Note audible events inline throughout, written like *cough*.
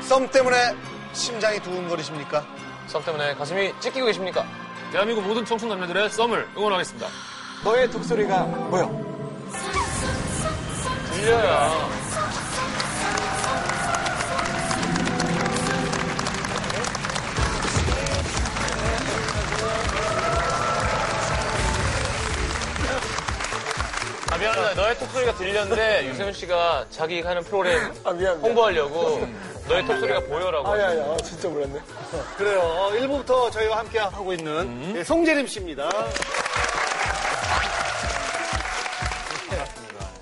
썸 때문에 심장이 두근거리십니까? 썸 때문에 가슴이 찢기고 계십니까? 대한민국 모든 청춘 남녀들의 썸을 응원하겠습니다. 너의 독소리가 뭐야? 들려야. 아, 미안하다. 너의 톡소리가 들렸는데 유세윤 씨가 자기 하는 프로그램 아 미안. 미안. 홍보하려고 너의 톡소리가 보여라고. 아야야 아, 진짜 몰랐네. 그래요. 어, 1부부터 저희와 함께 하고 있는 음. 예, 송재림 씨입니다.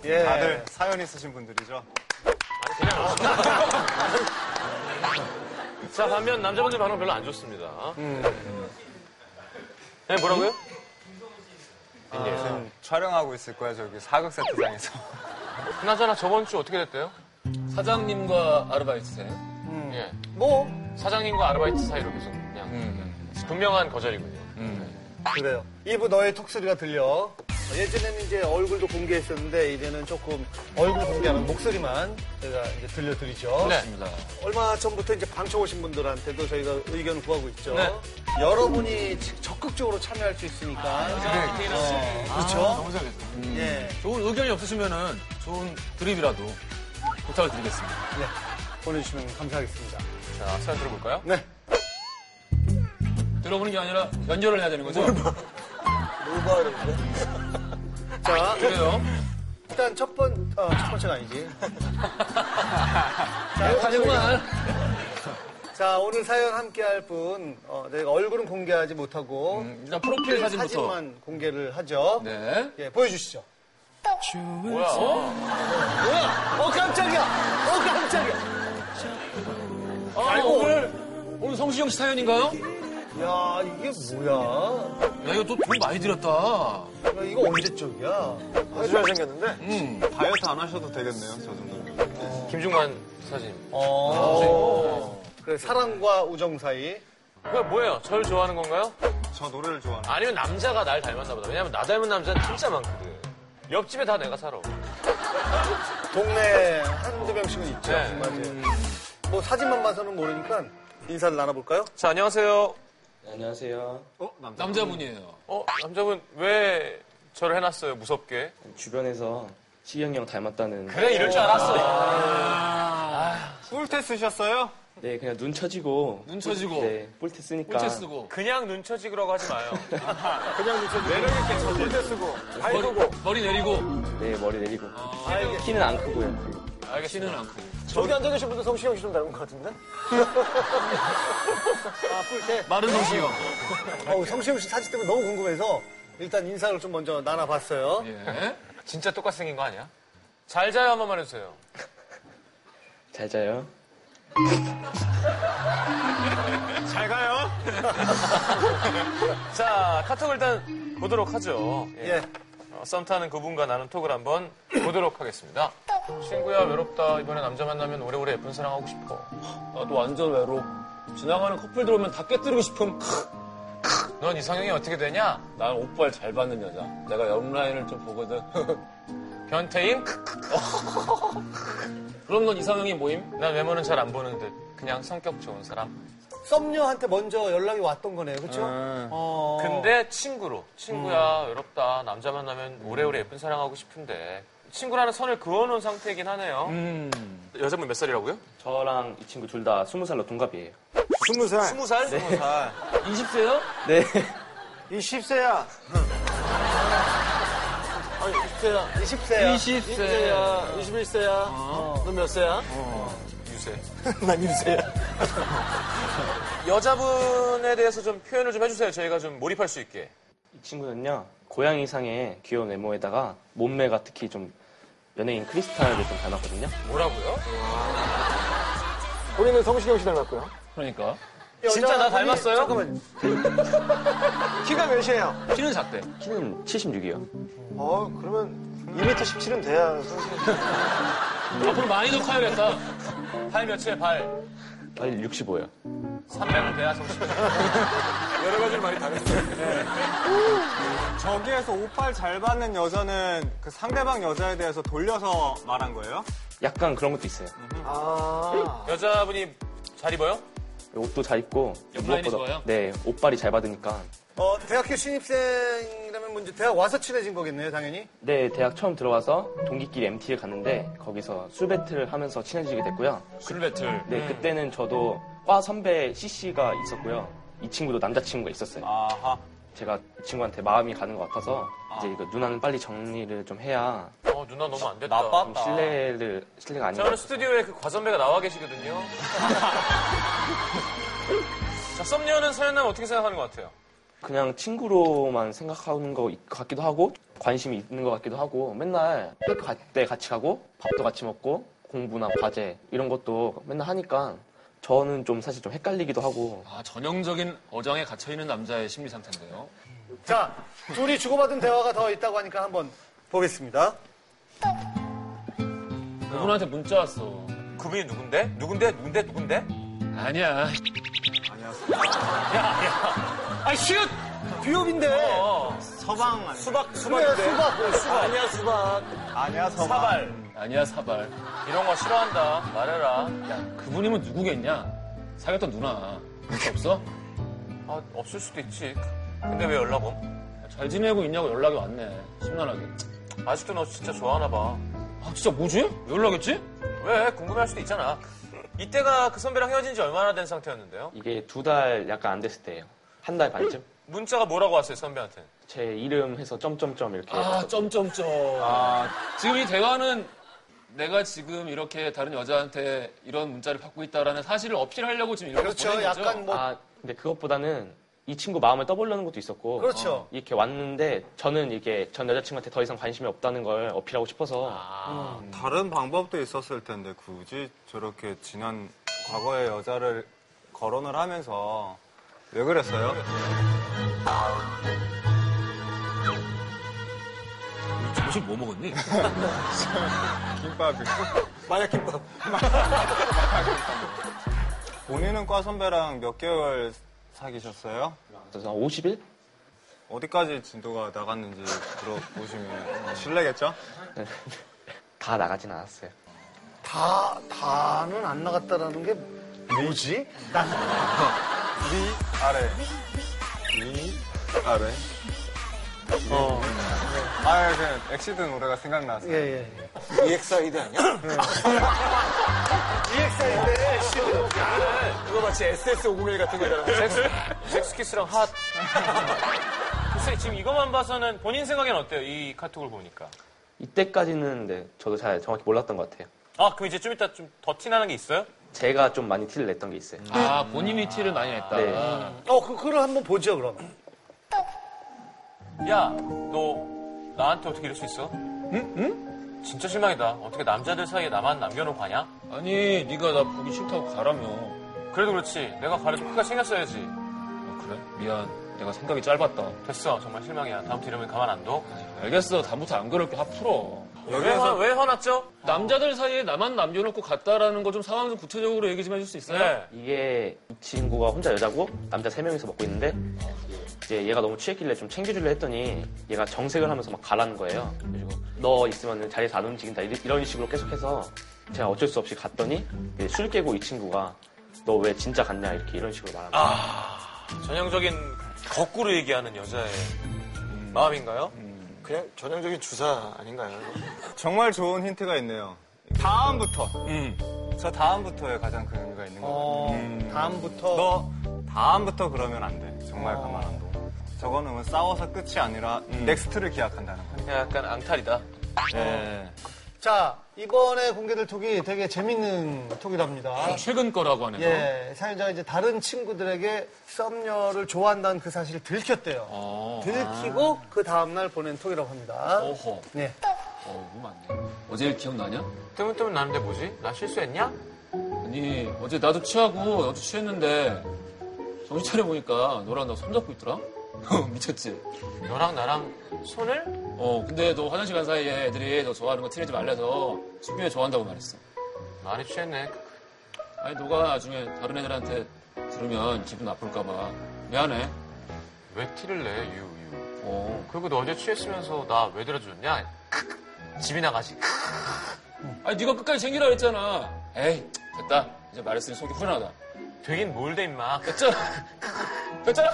예. 다들 사연 있으신 분들이죠. 자, 반면 남자분들 반응 별로 안 좋습니다. 음. 네, 뭐라고요? 지금 촬영하고 있을 거야 저기 사극 세트장에서. 그나저나 저번 주 어떻게 됐대요? 사장님과 아르바이트생. 예. 뭐 사장님과 아르바이트 사이로 계속 그냥 음. 분명한 거절이군요. 네. 그래요. 2부 너의 톡소리가 들려. 예전에는 이제 얼굴도 공개했었는데 이제는 조금 얼굴 공개하는 목소리만 저희가 이제 들려드리죠. 네. 얼마 전부터 이제 방청 오신 분들한테도 저희가 의견을 구하고 있죠. 네. 여러분이 지- 적극적으로 참여할 수 있으니까. 아, 네. 어, 그렇죠. 너무 잘했어. 예. 좋은 의견이 없으시면은 좋은 드립이라도 부탁을 드리겠습니다. 예. 보내주시면 감사하겠습니다. 자, 사연 들어볼까요? 네. *laughs* 음. 들어보는 게 아니라 연결을 해야 되는 거죠? 자, *laughs* 그래요. 일단 첫 번, 어, 첫 번째가 아니지. 네, 자, 하지만 자, 오늘 사연 함께 할 분, 어, 내가 얼굴은 공개하지 못하고, 일단 음. 프로필 사진부터. 만 공개를 하죠. 네. 예, 보여주시죠. 뭐야? 어? 뭐야? 어, 깜짝이야! 어, 깜짝이야! 아, 어? 오늘 오늘 성시경 씨 사연인가요? 야, 이게 뭐야? 야, 이거 또 돈 많이 들였다. 야, 이거 언제 쪽이야? 아주 잘생겼는데? *laughs* 다이어트 안 하셔도 되겠네요, 저 정도면. 김중관 사진. 어. 그래, 사랑과 우정 사이. 그거 뭐예요? 저를 좋아하는 건가요? 저 노래를 좋아하는. 아니면 남자가 날 닮았나 보다. 왜냐면 나 닮은 남자는 진짜 많거든. 옆집에 다 내가 살아. 동네 한두 명씩은 있죠. 네. 맞아요. 뭐 사진만 봐서는 모르니까 인사를 나눠볼까요? 자, 안녕하세요. 안녕하세요. 남자분이에요. 어, 남자분 왜 저를 해놨어요? 무섭게. 주변에서 시경이 형 닮았다는. 그래, 이럴 줄 알았어. 뿔테 쓰셨어요? 네, 그냥 눈 처지고. 눈 처지고. 네, 뿔테 쓰니까. 꼴채 쓰고. 그냥 눈쳐지그라고 하지 마요. 머리, 머리 내리고. 네, 머리 내리고. 키는 안 크고요. 알겠습니다. 키는 안 크고. 저기 앉아계신 분도 성시경 씨 좀 닮은 것 같은데? 아, 뿔테. 마른 성시경. 어우, 성시경 씨 사진 때문에 너무 궁금해서 일단 인사를 좀 먼저 나눠봤어요. 예. *laughs* 진짜 똑같이 생긴 거 아니야? 잘 자요 한 번만 해주세요. 잘 자요. 잘 가요. 자, 카톡을 일단 보도록 하죠. 예. 예. 어, 썸 타는 그분과 나눈 톡을 한번 보도록 하겠습니다. 친구야, 외롭다. 이번에 남자 만나면 오래오래 예쁜 사랑하고 싶어. 나도 완전 외로. 지나가는 커플들 오면 다 깨뜨리고 싶은 넌 이상형이 어떻게 되냐? 난 오빠를 잘 받는 여자. 내가 옆라인을 *laughs* 좀 보거든. 변태임? *laughs* 그럼 넌 이상형이 모임? 난 외모는 잘 안 보는 듯. 그냥 성격 좋은 사람. 썸녀한테 먼저 연락이 왔던 거네요, 그렇죠? 어. 근데 친구로. 친구야, 외롭다. 남자 만나면 오래오래 예쁜 사랑하고 싶은데. 친구라는 선을 그어놓은 상태이긴 하네요. 여자분 몇 살이라고요? 저랑 이 친구 둘 다 스무 살로 동갑이에요. 스무 살. 스무 살? *laughs* 20세요? 네. *laughs* 이 10세야. 20세야. 네. 20세요. 21세야. 어. 너 몇 세야? 유세. 난 6세야. *laughs* 여자분에 대해서 좀 표현을 좀 해주세요. 저희가 좀 몰입할 수 있게. 이 친구는요, 고양이상의 귀여운 외모에다가 몸매가 특히 좀 연예인 크리스탈을 좀 닮았거든요. 뭐라고요? 우리는 성시경 씨 닮았고요. 그러니까. 진짜 나 닮았어요? 잠깐만. 키가 몇이에요? 키는 작대. 키는 76이요. 어 그러면 2m 17은 돼야 성시경. 앞으로 많이 더 커야겠다. 발 몇에 발? 빨리 65요. 300은 돼야 정신. 여러 가지를 많이 다녔어요. 저기에서 오팔 잘 받는 여자는 그 상대방 여자에 대해서 돌려서 말한 거예요? 약간 그런 것도 있어요. 아 여자분이 잘 입어요? 옷도 잘 입고 옆라인이 좋아요? 네 옷발이 잘 받으니까 어, 대학교 신입생이라면 먼저 대학 와서 친해진 거겠네요, 당연히. 네 대학 처음 들어와서 동기끼리 MT를 갔는데 거기서 술 배틀을 하면서 친해지게 됐고요. 술 배틀. 네 그때는 저도 과 선배 CC가 있었고요. 이 친구도 남자친구가 있었어요. 아하. 제가 이 친구한테 마음이 가는 것 같아서 이제 이거 누나는 빨리 정리를 좀 해야 어, 누나 너무 안 됐다. 나빠? 좀 신뢰를 신뢰가 아닌 것 저는 같아서 스튜디오에 그 과선배가 나와 계시거든요. *laughs* 자, 썸녀는 서현남 어떻게 생각하는 것 같아요? 그냥 친구로만 생각하는 것 같기도 하고 관심이 있는 것 같기도 하고 맨날 갈 때 같이 가고 밥도 같이 먹고 공부나 과제 이런 것도 맨날 하니까 저는 좀 사실 좀 헷갈리기도 하고 아, 전형적인 어장에 갇혀있는 남자의 심리 상태인데요. 자, 둘이 주고받은 대화가 더 있다고 하니까 한번 보겠습니다. 그분한테 문자 왔어. 그분이 누군데? 누군데? 누군데? 누군데? 아니야. 아, 슛! 비옵인데. 어, 서방 아니야? 수박, 그래, 수박인데. 수박, 그래, 수박. 아니야, 수박. 아니야, 서방. 사발. 아니야, 사발. 이런 거 싫어한다. 말해라. 그분이면 누구겠냐? 사귀었던 누나. 그거 없어? 아, 없을 수도 있지. 근데 왜 연락 옴? 잘 지내고 있냐고 연락이 왔네. 심란하게. 아직도 너 진짜 좋아하나 봐. 아, 진짜 뭐지? 왜 연락했지? 왜? 궁금해할 수도 있잖아. 이때가 그 선배랑 헤어진 지 얼마나 된 상태였는데요? 이게 두 달 약간 안 됐을 때예요. 한 달 반쯤 문자가 뭐라고 왔어요, 선배한테? 제 이름 해서 점점점 이렇게 아, 점점점. 지금 이 대화는 내가 지금 이렇게 다른 여자한테 이런 문자를 받고 있다라는 사실을 어필하려고 지금 이렇게 그렇죠. 보낸 거죠? 약간 뭐. 아, 근데 그것보다는 이 친구 마음을 떠보려는 것도 있었고 그렇죠. 어, 이렇게 왔는데 저는 이게 전 여자친구한테 더 이상 관심이 없다는 걸 어필하고 싶어서 아. 다른 방법도 있었을 텐데 굳이 저렇게 지난 과거의 여자를 거론을 하면서 왜 그랬어요? 점심 뭐 먹었니? *laughs* 김밥이. 마약 김밥. 본인은 과 선배랑 몇 개월 사귀셨어요? 그래서 한 50일? *laughs* 어디까지 진도가 나갔는지 들어보시면 실례겠죠? 다 나가진 않았어요. 다, 다는 안 나갔다라는 게 뭐지? 난 위 아래 위 아래 어. 아, 예, 그냥 엑시드 노래가 생각나서. 예, 예. EXID 아니야? EXID의 시드. 그거 마치 SS501 같은 거잖아. 잭스, 잭스키스랑 핫. 글쎄, 지금 이것만 봐서는 본인 생각엔 어때요? 이 카톡을 보니까. 이때까지는 네, 저도 잘 정확히 몰랐던 것 같아요. 아, 그럼 이제 좀 이따 좀 더 티나는 게 있어요? 제가 좀 많이 티를 냈던 게 있어요. 아, 본인이 티를 많이 냈다. 네. 어, 그, 그걸 한번 보죠, 그럼. 야, 너 나한테 어떻게 이럴 수 있어? 응? 응? 진짜 실망이다. 어떻게 남자들 사이에 나만 남겨놓고 가냐? 아니, 네가 나 보기 싫다고 가라며. 그래도 그렇지. 내가 가려도 크가 챙겼어야지. 아, 그래? 미안. 내가 생각이 짧았다. 됐어. 정말 실망이야. 다음부터 이러면 가만 안 둬. 알겠어. 다음부터 안 그럴게. 화 풀어. 왜, 화, 왜 화났죠? 남자들 사이에 나만 남겨놓고 갔다라는 거 좀 상황 좀 구체적으로 얘기 좀 해줄 수 있어요? 네. 이게 이 친구가 혼자 여자고 남자 세명이서 먹고 있는데 이제 얘가 너무 취했길래 좀 챙겨주려 했더니 얘가 정색을 하면서 막 가라는 거예요. 그리고 너 있으면 자리에서 안 움직인다 이리- 이런 식으로 계속해서 제가 어쩔 수 없이 갔더니 이제 술 깨고 이 친구가 너 왜 진짜 갔냐 이렇게 이런 식으로 말하는 아, 거예요. 전형적인 거꾸로 얘기하는 여자의 마음인가요? 그냥 전형적인 주사 아닌가요? 정말 좋은 힌트가 있네요. 다음부터. 저 다음부터에 가장 큰 의미가 있는 것 같아요. 어, 다음부터. 너 다음부터 그러면 안 돼. 정말 가만 안 둬. 저거는 뭐 싸워서 끝이 아니라 넥스트를 기약한다는 어. 거예요. 그냥 약간 앙탈이다. 네. 자, 이번에 공개될 톡이 되게 재밌는 톡이랍니다. 최근 거라고 하네요. 예, 사연자가 이제 다른 친구들에게 썸녀를 좋아한다는 그 사실을 들켰대요. 어. 들키고 그 다음날 보낸 톡이라고 합니다. 어허. 네. 어, 이거 맞네. 어제 기억나냐? 뜨문뜨문 나는데 뭐지? 나 실수했냐? 아니 어제 나도 취하고 너도 취했는데 정신 차려보니까 너랑 나 손잡고 있더라? *laughs* 미쳤지? 너랑 나랑 손을? 어 근데 너 화장실 간 사이에 애들이 너 좋아하는 거 티내지 말래서 숙명이 좋아한다고 말했어 많이 취했네. 아니 너가 나중에 다른 애들한테 들으면 기분 나쁠까봐 미안해 왜 티를 내, 유, 유. 어 그리고 너 어제 취했으면서 나 왜 들어줬냐? 집이나 가지. 아니 네가 끝까지 챙기라 그랬잖아 에이 됐다. 이제 말했으니 속이 후련하다. 되긴 뭘 돼 임마. 됐잖아. 됐잖아.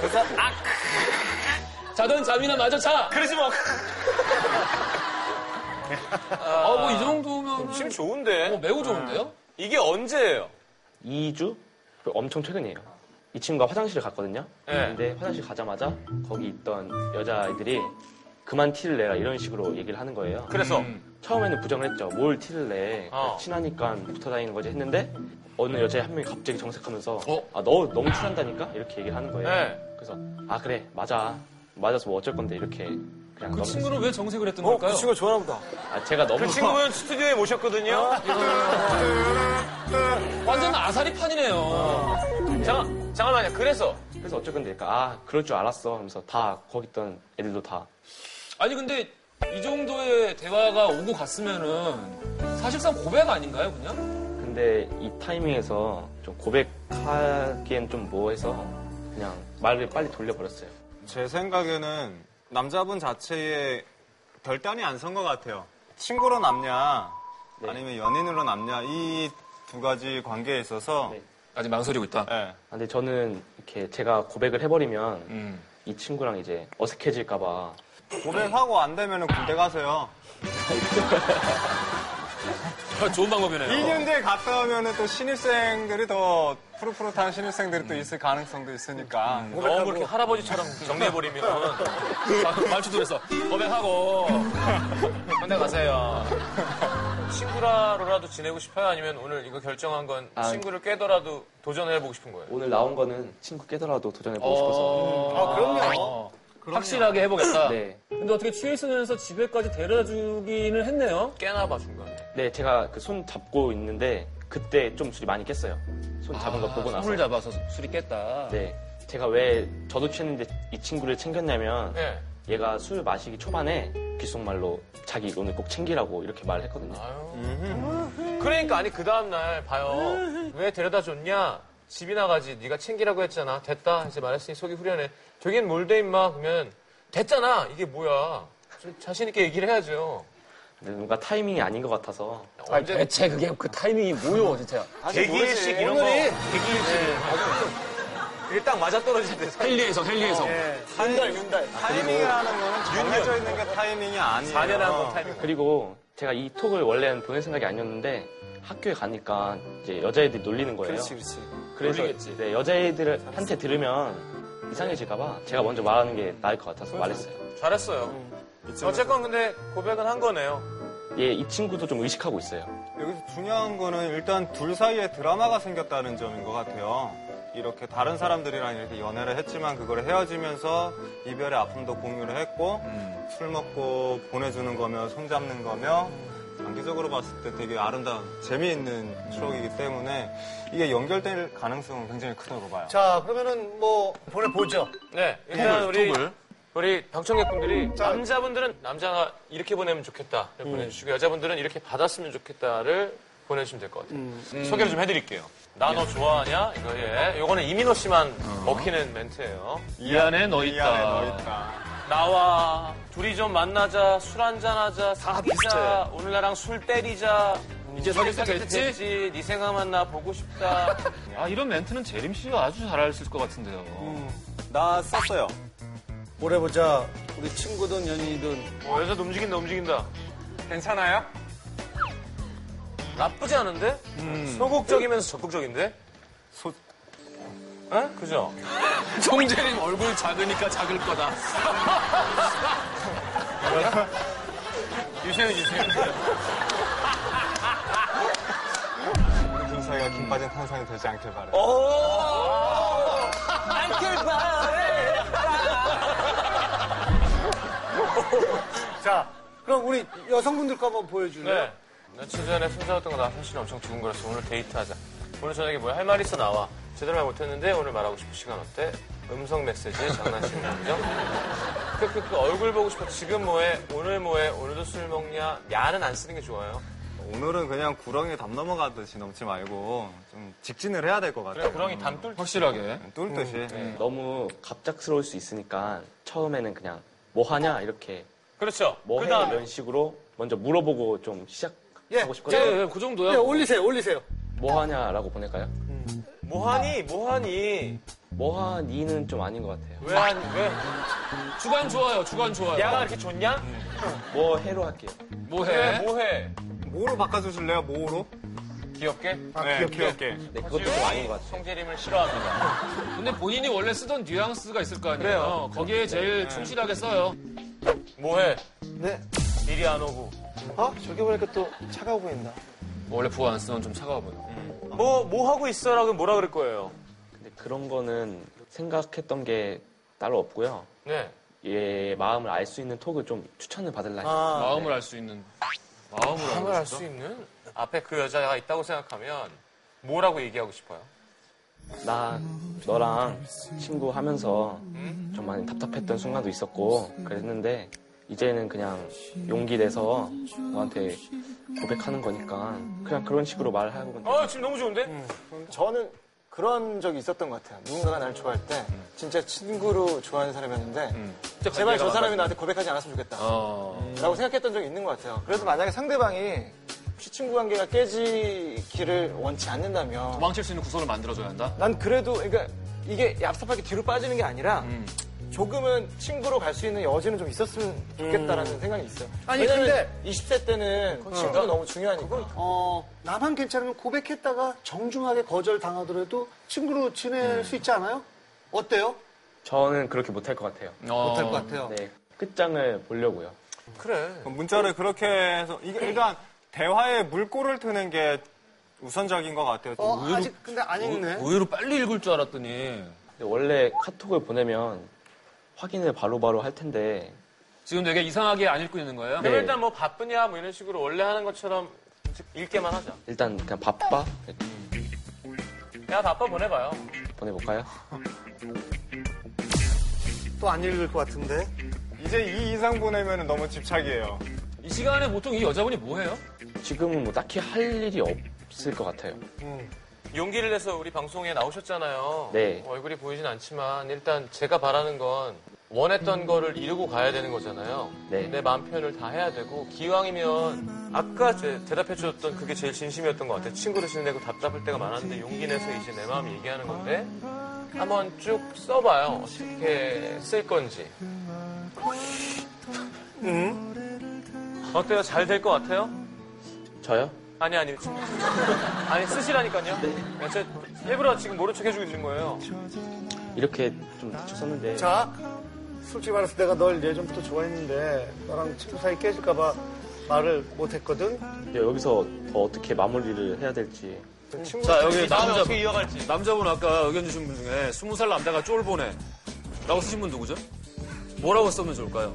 그래서 아 그. 자던 잠이나 마저 자. 그러지 *laughs* 뭐. 어, 뭐 이 정도면 침 좋은데. 어, 매우 좋은데요? 이게 언제예요? 2주? 엄청 최근이에요. 이 친구가 화장실을 갔거든요. 네. 근데 화장실 가자마자 거기 있던 여자아이들이 그만 티를 내라 이런 식으로 얘기를 하는 거예요. 그래서 처음에는 부정을 했죠. 뭘 티를 내. 어. 친하니까 붙어 다니는 거지 했는데 어느 여자 한 명이 갑자기 정색하면서 어? 아, 너 너무 친한다니까? 이렇게 얘기를 하는 거예요. 네. 그래서 아, 그래. 맞아. 맞아서 뭐 어쩔 건데 이렇게 그냥 그 넘어갔어요. 친구는 왜 정색을 했던 어, 걸까요? 그 친구 좋아하나 보다. 아, 제가 너무 그 친구는 스튜디오에 모셨거든요. 완전 아사리판이네요. 잠깐 잠깐만요. 그래서 *laughs* 그래서 어쩔 건데 그러니까 아, 그럴 줄 알았어. 하면서 다 거기 있던 애들도 다 아니 근데 이 정도의 대화가 오고 갔으면은 사실상 고백 아닌가요, 그냥? 근데 이 타이밍에서 좀 고백하기엔 좀 뭐해서 그냥 말을 빨리 돌려버렸어요. 제 생각에는 남자분 자체에 결단이 안 선 것 같아요. 친구로 남냐, 네. 아니면 연인으로 남냐, 이 두 가지 관계에 있어서. 네. 아직 망설이고 있다. 예. 아, 근데 저는 이렇게 제가 고백을 해버리면 음. 이 친구랑 이제 어색해질까봐 고백하고 안 되면 군대 가세요. 아, 좋은 방법이네요. 2년 뒤에 갔다 오면 또 신입생들이 더 푸릇푸릇한 신입생들이 또 있을 가능성도 있으니까. 음. 너무 그렇게 할아버지처럼 정리해버리면 말투들에서 고백하고 군대 가세요. 친구라로라도 지내고 싶어요? 아니면 오늘 이거 결정한 건 아. 친구를 깨더라도 도전해보고 싶은 거예요? 오늘 나온 거는 친구 깨더라도 도전해보고 싶어서 어... 그럼요. 확실하게 해보겠다. 네. 근데 어떻게 취해 있으면서 집에까지 데려다 주기는 했네요. 깨나봐 중간에. 네 제가 그 손 잡고 있는데 그때 좀 술이 많이 깼어요. 손 잡은 거 보고 나서 술을 잡아서 술이 깼다. 네 제가 왜 저도 취했는데 이 친구를 챙겼냐면 예. 얘가 술 마시기 초반에 귓속말로 자기 오늘 꼭 챙기라고 이렇게 말했거든요. 아유. 그러니까 아니 그 다음 날 봐요. 왜 데려다 줬냐? 집이나 가지. 네가 챙기라고 했잖아. 됐다. 이제 말했으니 속이 후련해. 저긴 뭘돼 임마. 그러면 됐잖아. 이게 뭐야? 좀 자신 있게 얘기를 해야죠. 근데 뭔가 타이밍이 아닌 것 같아서 언제 대체 그게 그 타이밍이 뭐요, 진짜. 대기일식 이런 거. 대기일식. 그게 딱 맞아 떨어질 때. 헨리에서, 헨리에서. 타이밍이라는 거는 정해져 있는 게 타이밍이 아니에요. 4년에 한 번 타이밍. 그리고 제가 이 톡을 원래는 보낼 생각이 아니었는데 학교에 가니까 이제 여자애들이 놀리는 거예요. 그렇지, 그렇지. 그래서 놀리겠지. 네, 여자애들한테 들으면 이상해질까봐 제가 먼저 말하는 게 나을 것 같아서 말했어요. 잘했어요. 어쨌건 근데 고백은 한 거네요. 얘 예, 이 친구도 좀 의식하고 있어요. 여기서 중요한 거는 일단 둘 사이에 드라마가 생겼다는 점인 것 같아요. 이렇게 다른 사람들이랑 이렇게 연애를 했지만 그걸 헤어지면서 이별의 아픔도 공유를 했고 음. 술 먹고 보내주는 거며 손잡는 거며 장기적으로 봤을 때 되게 아름다운 재미있는 추억이기 때문에 이게 연결될 가능성은 굉장히 크다고 봐요. 자, 그러면은 뭐 보내보죠. 네, 일단 우리 우리 방청객분들이 남자분들은 남자가 이렇게 보내면 좋겠다를 보내주시고 여자분들은 이렇게 받았으면 좋겠다를 보내주시면 될 것 같아요. 음. 소개를 좀 해드릴게요. 나 너 좋아하냐? 이거 예. 요거는 이민호 씨만 먹히는 멘트예요. 이 안에 너 이 안에 있다. 너 있다. 나와 둘이 좀 만나자 술 한잔하자 사귀자 오늘 나랑 술 때리자 이제 사귈 때 됐지? 네 생각만 나 보고 싶다 아, 이런 멘트는 재림 씨가 아주 잘 알수 있을 것 같은데요. 나 썼어요. 보내보자. 우리 친구든 연인이든 어, 여자도 움직인다 움직인다 괜찮아요? 나쁘지 않은데? 소극적이면서 적극적인데? 소- 어? 그죠? *laughs* 정재림 얼굴 작으니까 작을 거다. 유세윤 유세윤 우리 사이가 김 빠진 탄산이 되지 않길 바래. 어? 자, 그럼 우리 여성분들과 한번 보여줄래요? 네 며칠 전에 손잡았던 거 나 사실 엄청 두근거렸어 오늘 데이트하자 오늘 저녁에 뭐야 할 말 있어 나와 제대로 말 못했는데 오늘 말하고 싶은 시간 어때? 음성 메시지 장난치는 감정 크크크 얼굴 보고 싶어 지금 뭐해 오늘 뭐해 오늘도 술 먹냐 야는 안 쓰는 게 좋아요 오늘은 그냥 구렁이 담 넘어가듯이 넘지 말고 좀 직진을 해야 될 것 같아요. 그래 구렁이 음, 네. 담뚫 확실하게. 뚫듯이. 너무 갑작스러울 수 있으니까 처음에는 그냥 뭐 하냐 이렇게 그렇죠 뭐해 그다음에 이런 식으로 먼저 물어보고 좀 시작하는 예. 하고 예, 싶거든요. 예, 그 정도야. 예, 올리세요, 올리세요. 뭐 하냐라고 보낼까요? 뭐하니? 뭐하니? 뭐 하니는 좀 아닌 것 같아요. 왜 하니? 왜? 주관 좋아요, 주관 좋아요. 야가 이렇게 좋냐? 뭐 해로 할게요. 네. 뭐해? 뭐해? 뭐로 바꿔주실래요? 뭐로? 귀엽게? 아, 네, 귀엽게. 네, 그것도 좀 아닌 것 같아요. 성재림을 싫어합니다. 근데 본인이 원래 쓰던 뉘앙스가 있을 거 아니에요. 그래요. 거기에 제일 충실하게 써요. 뭐해? 네. 미리 안 오고. 어? 저기 보니까 또 차가워 보인다. 원래 부하 안 쓰면 좀 차가워 보여. 뭐, 뭐 하고 있어라고 뭐라 그럴 거예요? 근데 그런 거는 생각했던 게 따로 없고요. 네. 얘 마음을 알 수 있는 톡을 좀 추천을 받을라 했어요. 마음을 알 수 있는. 마음을 알 마음을 알 수 있는? 앞에 그 여자가 있다고 생각하면 뭐라고 얘기하고 싶어요? 나 너랑 친구 하면서 좀 많이 답답했던 순간도 있었고 그랬는데 이제는 그냥 용기 내서 너한테 고백하는 거니까 그냥 그런 식으로 말하고 근데 어, 지금 너무 좋은데? 저는 그런 적이 있었던 것 같아요. 누군가가 날 좋아할 때 진짜 친구로 좋아하는 사람이었는데 음. 제발 저 사람이 나한테 고백하지 않았으면 좋겠다. 어. 어. 라고 생각했던 적이 있는 것 같아요. 그래서 만약에 상대방이 혹시 친구 관계가 깨지기를 원치 않는다면 도망칠 수 있는 구석을 만들어줘야 한다? 난 그래도 그러니까 이게 얍삽하게 뒤로 빠지는 게 아니라 조금은 친구로 갈 수 있는 여지는 좀 있었으면 좋겠다라는 생각이 있어요. 아니, 왜냐면 근데- 20대 때는 그러니까 친구가 너무 중요하니까. 어, 나만 괜찮으면 고백했다가 정중하게 거절 당하더라도 친구로 음. 지낼 수 있지 않아요? 어때요? 저는 그렇게 못할 것 같아요. 못할 어. 것 같아요. 네 끝장을 보려고요. 그래. 문자를 그렇게 해서 이게 네. 일단 대화의 물꼬를 트는 게 우선적인 것 같아요. 어, 음, 아직 근데 안 뭐, 읽네. 의외로 빨리 읽을 줄 알았더니 근데 원래 카톡을 보내면 확인을 바로바로 할 텐데 지금 되게 이상하게 안 읽고 있는 거예요? 그럼 네. 일단 뭐 바쁘냐 뭐 이런 식으로 원래 하는 것처럼 읽게만 하자. 일단 그냥 바빠 이렇게 야, 바빠 보내봐요. 보내볼까요? 또 안 읽을 것 같은데. 이제 이 이상 보내면 너무 집착이에요. 이 시간에 보통 이 여자분이 뭐 해요? 지금은 뭐 딱히 할 일이 없을 것 같아요. 용기를 내서 우리 방송에 나오셨잖아요. 네. 얼굴이 보이진 않지만 일단 제가 바라는 건 원했던 거를 이루고 가야 되는 거잖아요. 네. 내 마음 표현을 다 해야 되고 기왕이면 아까 제 대답해 주셨던 그게 제일 진심이었던 것 같아요. 친구를 지내고 답답할 때가 많았는데 용기 내서 이제 내 마음 얘기하는 건데 한번 쭉 써봐요. 어떻게 쓸 건지. 어때요? 잘 될 것 같아요? 저요? 아니 *laughs* 아니 아니 쓰시라니까요. 네. 제 일부러 지금 모른 척 해주고 있는 거예요. 이렇게 좀 대충 썼는데 자, 솔직히 말해서 내가 널 예전부터 좋아했는데 나랑 친구 사이 깨질까봐 말을 못했거든. 근데 여기서 더 어떻게 마무리를 해야 될지 자 아, 다음에 여기 남자 어떻게 이어갈지. 남자분 아까 의견 주신 분 중에 스무 살 남자가 쫄 보내 라고 쓰신 분 누구죠? 뭐라고 쓰면 좋을까요?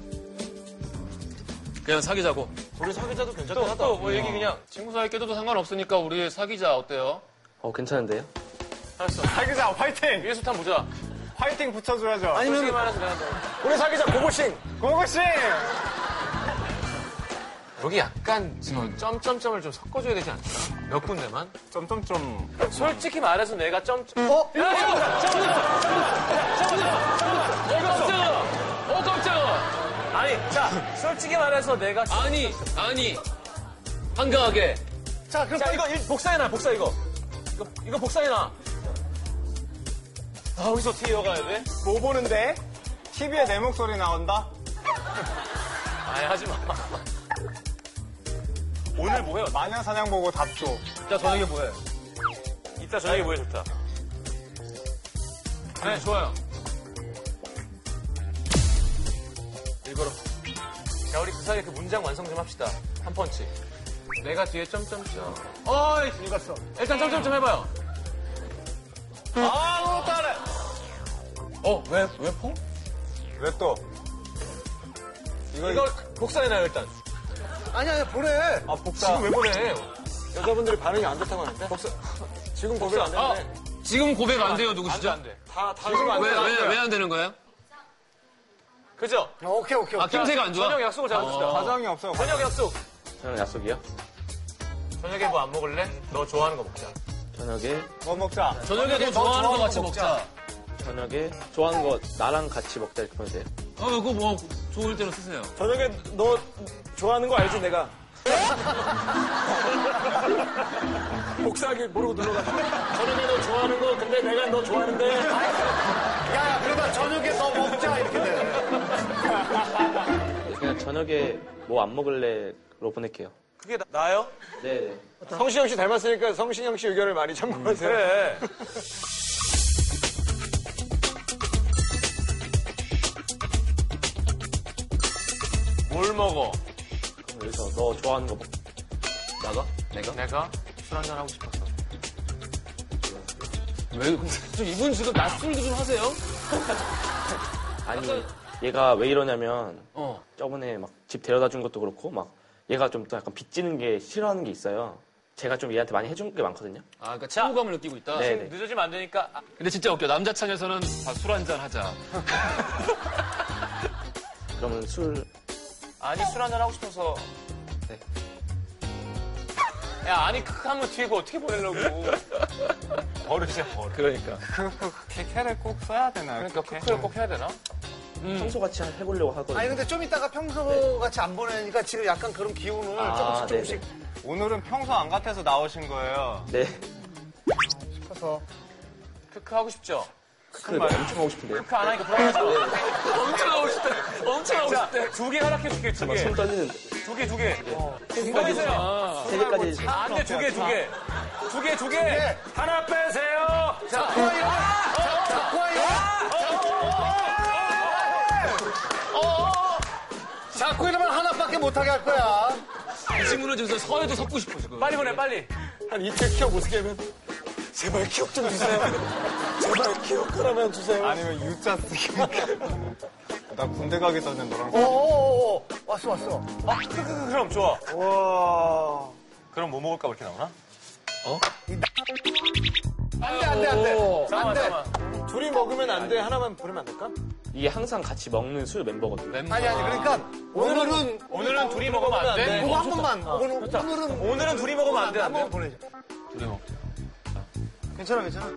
그냥 사귀자고 우리 사귀자도 괜찮다. 어. 또뭐 얘기 그냥 친구 사이 깨져도 상관없으니까 우리 사귀자 어때요? 어 괜찮은데요? 알았어. 사귀자, 아, 화이팅! 위에서 탄 보자. 화이팅 붙여줘야죠. 아니면 말해서 내가 너. 우리 사귀자 고고싱! 고고씨! 여기 약간 지금 점점점을 좀 섞어줘야 되지 않나? 몇 군데만? 점점점. 솔직히 말해서 내가 점점. 어? 야, 이거 어 깜짝아! 어 깜짝아! 아니, 자, 솔직히 말해서 내가. 아니 아니 한가하게 자, 그럼 자, 이거 일- 복사해놔, 복사 이거. 이거, 이거 복사해놔. 아, 여기서 어떻게 이어가야 돼? 뭐 보는데? TV에 내 목소리 나온다? 아니, 하지 마. 오늘 뭐해요? 마녀 사냥 보고 답 줘. 이따 저녁에 뭐해? 이따 저녁에 뭐해 좋다. 네 좋아요 야, 우리 그 사이에 그 문장 완성 좀 합시다. 한 펀치. 내가 뒤에 점점점. 어이, 읽었어. 일단 점점점 해봐요. 아무것도 안 해. 어, 왜, 왜 펑? 왜 또? 이걸 복사해놔요, 일단. 아니, 아니, 보내. 아, 복사. 왜 보내? 여자분들이 반응이 안 좋다고 하는데? 복사. 지금 어, 고백 안 아 되는데 지금 고백 안 돼요 누구시죠? 안 돼, 안 돼. 다, 다 지금 안 왜 돼. 왜 왜 안 되는 거예요? 그죠? 어, 오케이, 오케이, 아 오케이. 낌새가 안 좋아? 저녁 약속을 잡읍시다. 과정이 없어. 저녁 약속. 저녁 약속이요? 저녁에 뭐 안 먹을래? 너 좋아하는 거 먹자. 저녁에 뭐 먹자. 저녁에 너 좋아하는 거 같이 먹자. 저녁에 좋아하는 거 나랑 같이 먹자 이렇게 보내세요. 어, 그거 뭐 좋을 대로 쓰세요. 저녁에 너 좋아하는 거 알지 내가? 복사하기 모르고 눌러가지고. 저녁에 너 좋아하는 거, 근데 내가 너 좋아하는데. 야, 그러다 저녁에 너 먹자 이렇게 돼. 그냥 저녁에 뭐 안 먹을래로 보낼게요. 그게 나, 나요? 네. 성신영 씨 닮았으니까 성신영 씨 의견을 많이 참고하세요. *laughs* 그래. 뭘 먹어? 그럼 여기서 너 좋아하는 거 먹. 나가? 내가? 내가 술 한잔 하고 싶었어. 왜, 근데 좀 이분 지금 낮술도 좀 하세요? 아니 얘가 왜 이러냐면 어. 저번에 막 집 데려다 준 것도 그렇고 막 얘가 좀 또 약간 빚지는 게 싫어하는 게 있어요. 제가 좀 얘한테 많이 해준 게 많거든요. 아, 그러니까 친구감을 느끼고 있다? 네. 지금 늦어지면 안 되니까 아, 근데 진짜 웃겨. 남자 창에서는 다 술 한잔 하자. 그러면 술 아니 술 한잔 하고 싶어서 네. 야 아니 크크 하면 뒤에 그거 어떻게 보내려고 버릇이야 버릇 그러니까. 캐를 꼭 써야 되나요? 그러니까 그렇게? 크크를 꼭 해야 되나? 평소같이 해보려고 하거든요. 아니 근데 좀 이따가 네. 평소 같이 안 보내니까 지금 약간 그런 기운을 아, 조금씩 조금씩 오늘은 평소 안 같아서 나오신 거예요. 네. 커서 크크 하고 싶죠? 그 엄청 하고 싶은데요. 크크 안 하니까 불안해서 엄청 하고 싶대. 엄청 하고 싶대. 두개 허락해 줄게 막 손 떠지는데 두개 두개 두개두개세요 세 개까지 안돼 두 개 두개두개두개 하나 빼세요 자꾸 이러면 하나밖에 못하게 할 거야. 이 친구는 지금 서해도 섞고 싶어, 지금. 빨리 보내 빨리 한 이틀 기억 못쓰게 하면 제발 기억 좀 주세요. 제발 기억 하나만 네. 주세요. 아니면 U자 쓰기. *laughs* 나 군대 가기 전에 너랑 어? 오오오 어, 왔어 왔어. 크크크 그럼 좋아 와. 그럼 뭐 먹을까 이렇게 나오나? 안돼 안돼 어, 안돼. 잠깐만 잠깐만 둘이 먹으면 안 돼. 하나만 부르면 안 될까? 이게 항상 같이 먹는 술 멤버거든요. 멤버. 아니 아니 그러니까 오늘은 오늘은 둘이 먹으면 안 돼? 이거 한 번만. 오늘은 오늘은 오늘은 둘이 먹으면 안 돼. 안 한 돼. 번 보내줘. 괜찮아 괜찮아.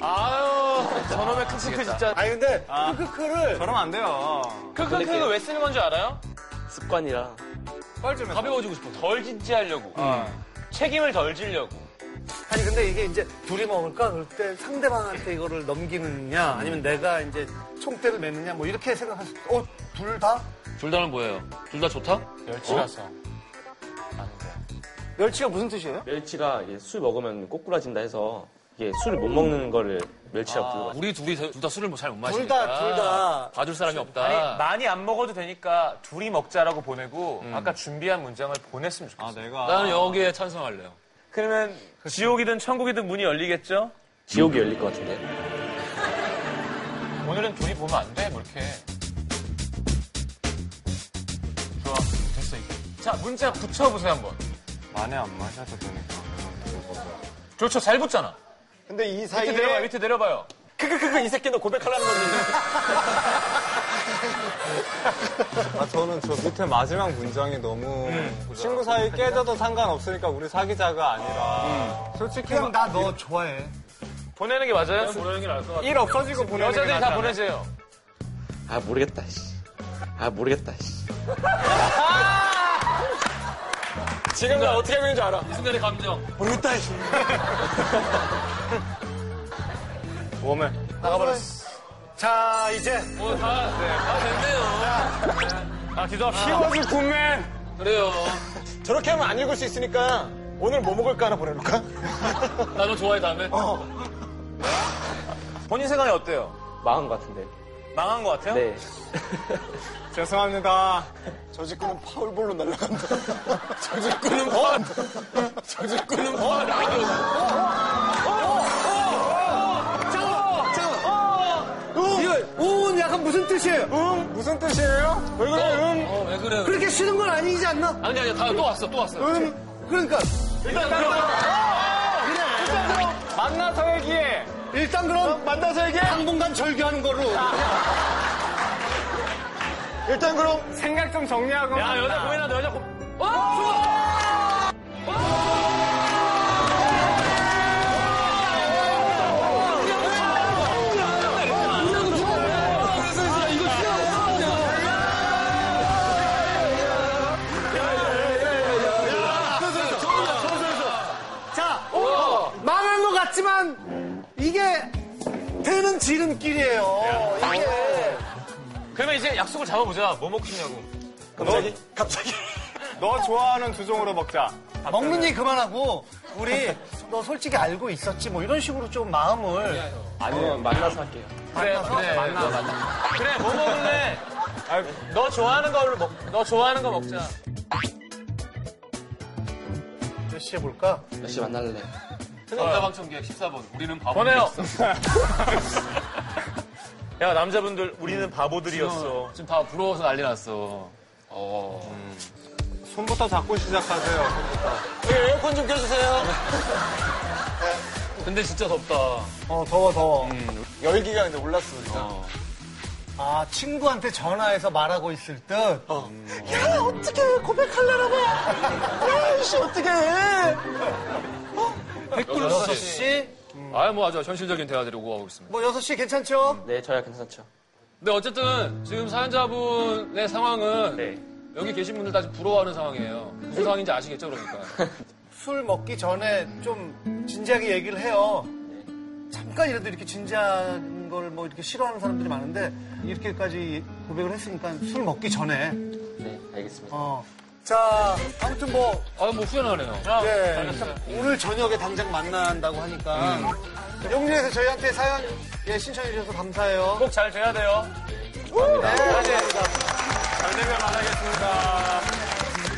아유, 저놈의 크크크 진짜. 아니 근데 아. 크크크를 저러면 안 돼요. 크크크가 왜 쓰는 건지 알아요? 습관이라 뻘쭘해. 가벼워지고 싶어. 덜 진지하려고. 책임을 덜 지려고. 아니 근데 이게 이제 둘이 먹을까 그럴 때 상대방한테 이거를 넘기느냐 아니면 내가 이제 총대를 맺느냐 뭐 이렇게 생각할 수. 어둘 다? 둘 다는 뭐예요? 둘 다 좋다? 열치라서. 안 돼. 멸치가 무슨 뜻이에요? 멸치가 이게 술 먹으면 꼬꾸라진다 해서 이게 술을 못 먹는 거를 멸치라고 부르거든요. 우리 둘이 둘 다 술을 뭐 잘 못 둘 마시니까. 다, 둘 다. 봐줄 사람이 그렇죠. 없다. 아니, 많이 안 먹어도 되니까 둘이 먹자라고 보내고 아까 준비한 문장을 보냈으면 좋겠어. 아, 내가. 나는 여기에 찬성할래요. 그러면 지옥이든 천국이든 문이 열리겠죠? 지옥이 열릴 것 같은데. 오늘은 둘이 보면 안 돼, 뭐 이렇게. 좋아. 됐어, 이거. 자, 문자 붙여보세요, 한번. 뭐- 많이 안 마셔서 되니까. 좋죠, 잘 붙잖아. 근데 이 밑에 내려봐요, 사이에 밑에 내려봐요. 크크크크 이 새끼 너 고백하려는 건데. 아, 저는 저 밑에 마지막 문장이 너무 친구 사이 깨져도 상관없으니까 우리 사귀자가 아니라 솔직히 그냥 나 너 좋아해. 네, 보내는 게 맞아요? 일 없어지고 보내는 게 여자들이 다 낫잖아요. 보내세요. 아 모르겠다. 씨. 아 모르겠다. 씨. 지금 나 어떻게 하고 있는지 알아. 이 순간의 감정. 모르겠다. 씨. 웜에. 자 이제 뭐 다, 다 됐네요. 아, 기도합시다. 그래요. 저렇게 하면 안 읽을 수 있으니까 오늘 뭐 먹을까 하나 보내놓을까? 나 너 좋아해, 다음에. 어. 본인 생각이 어때요? 망한 것 같은데. 망한 것 같아요? 네. 죄송합니다. 저 직구는 파울볼로 날아간다. 저 직구는 뭐한다. 저 직구는 뭐한다. 이거 운 약간 무슨 뜻이에요? 무슨 뜻이에요? 왜 그래 음? 어, 왜 그래요? 그렇게 쉬는 건 아니지 않나? 아니, 아니, 다또 왔어, 또 왔어. 음 그러니까 만나서 얘기해. 일단 그럼 만나서 얘기해. 당분간 절교하는 거로. 일단 그럼 생각 좀 정리하고. 야, 여자 고민한다, 여자 고민. 야, 같지만 이게 되는 지름길이에요. 이게 그러면 이제 약속을 잡아보자. 뭐 먹고 싶냐고. 갑자기? 갑자기? 너 좋아하는 두종으로 먹자. 먹는 일 그만하고 우리 너 솔직히 알고 있었지 뭐 이런 식으로 좀 마음을 아니면 만나서 할게요. 그래, 그래. 만나, 만나. 그래, 뭐 먹을래? 너 좋아하는 걸로 먹, 너 좋아하는 거 먹자. 제시해 볼까? 몇 시 만날래? 전자방청 계약 14번. 우리는 바보. *laughs* 보내요. 야, 남자분들, 우리는 바보들이었어. 지금 다 부러워서 난리 났어. 어. 손부터 잡고 시작하세요. 에어컨 좀 켜주세요. 근데 진짜 덥다. 어 더워 더워. 열기가 근데 올랐어 우리가. 아 친구한테 전화해서 말하고 있을 듯. 야, 어떻게 고백하려고 해? 야, 이씨, 어떻게 해? 어? 댓글 6시. 아유, 뭐 아주 현실적인 대화들이 오고 가고 있습니다. 뭐 6시 괜찮죠? 네, 저야 괜찮죠. 근데 어쨌든 지금 사연자분의 상황은 네. 여기 계신 분들 다 지금 부러워하는 상황이에요. 무슨 상황인지 아시겠죠, 그러니까. 술 먹기 전에 좀 진지하게 얘기를 해요. 잠깐이라도 이렇게 진지한 걸 뭐 이렇게 싫어하는 사람들이 많은데 이렇게까지 고백을 했으니까 술 먹기 전에 네, 알겠습니다. 어. 자 아무튼 뭐 아, 뭐 후련하네요. 예, 오늘 저녁에 당장 만난다고 하니까 음. 용진에서 저희한테 사연 예, 신청해 주셔서 감사해요. 꼭 잘 돼야 돼요. 네, 감사합니다. 잘 되면 만나겠습니다.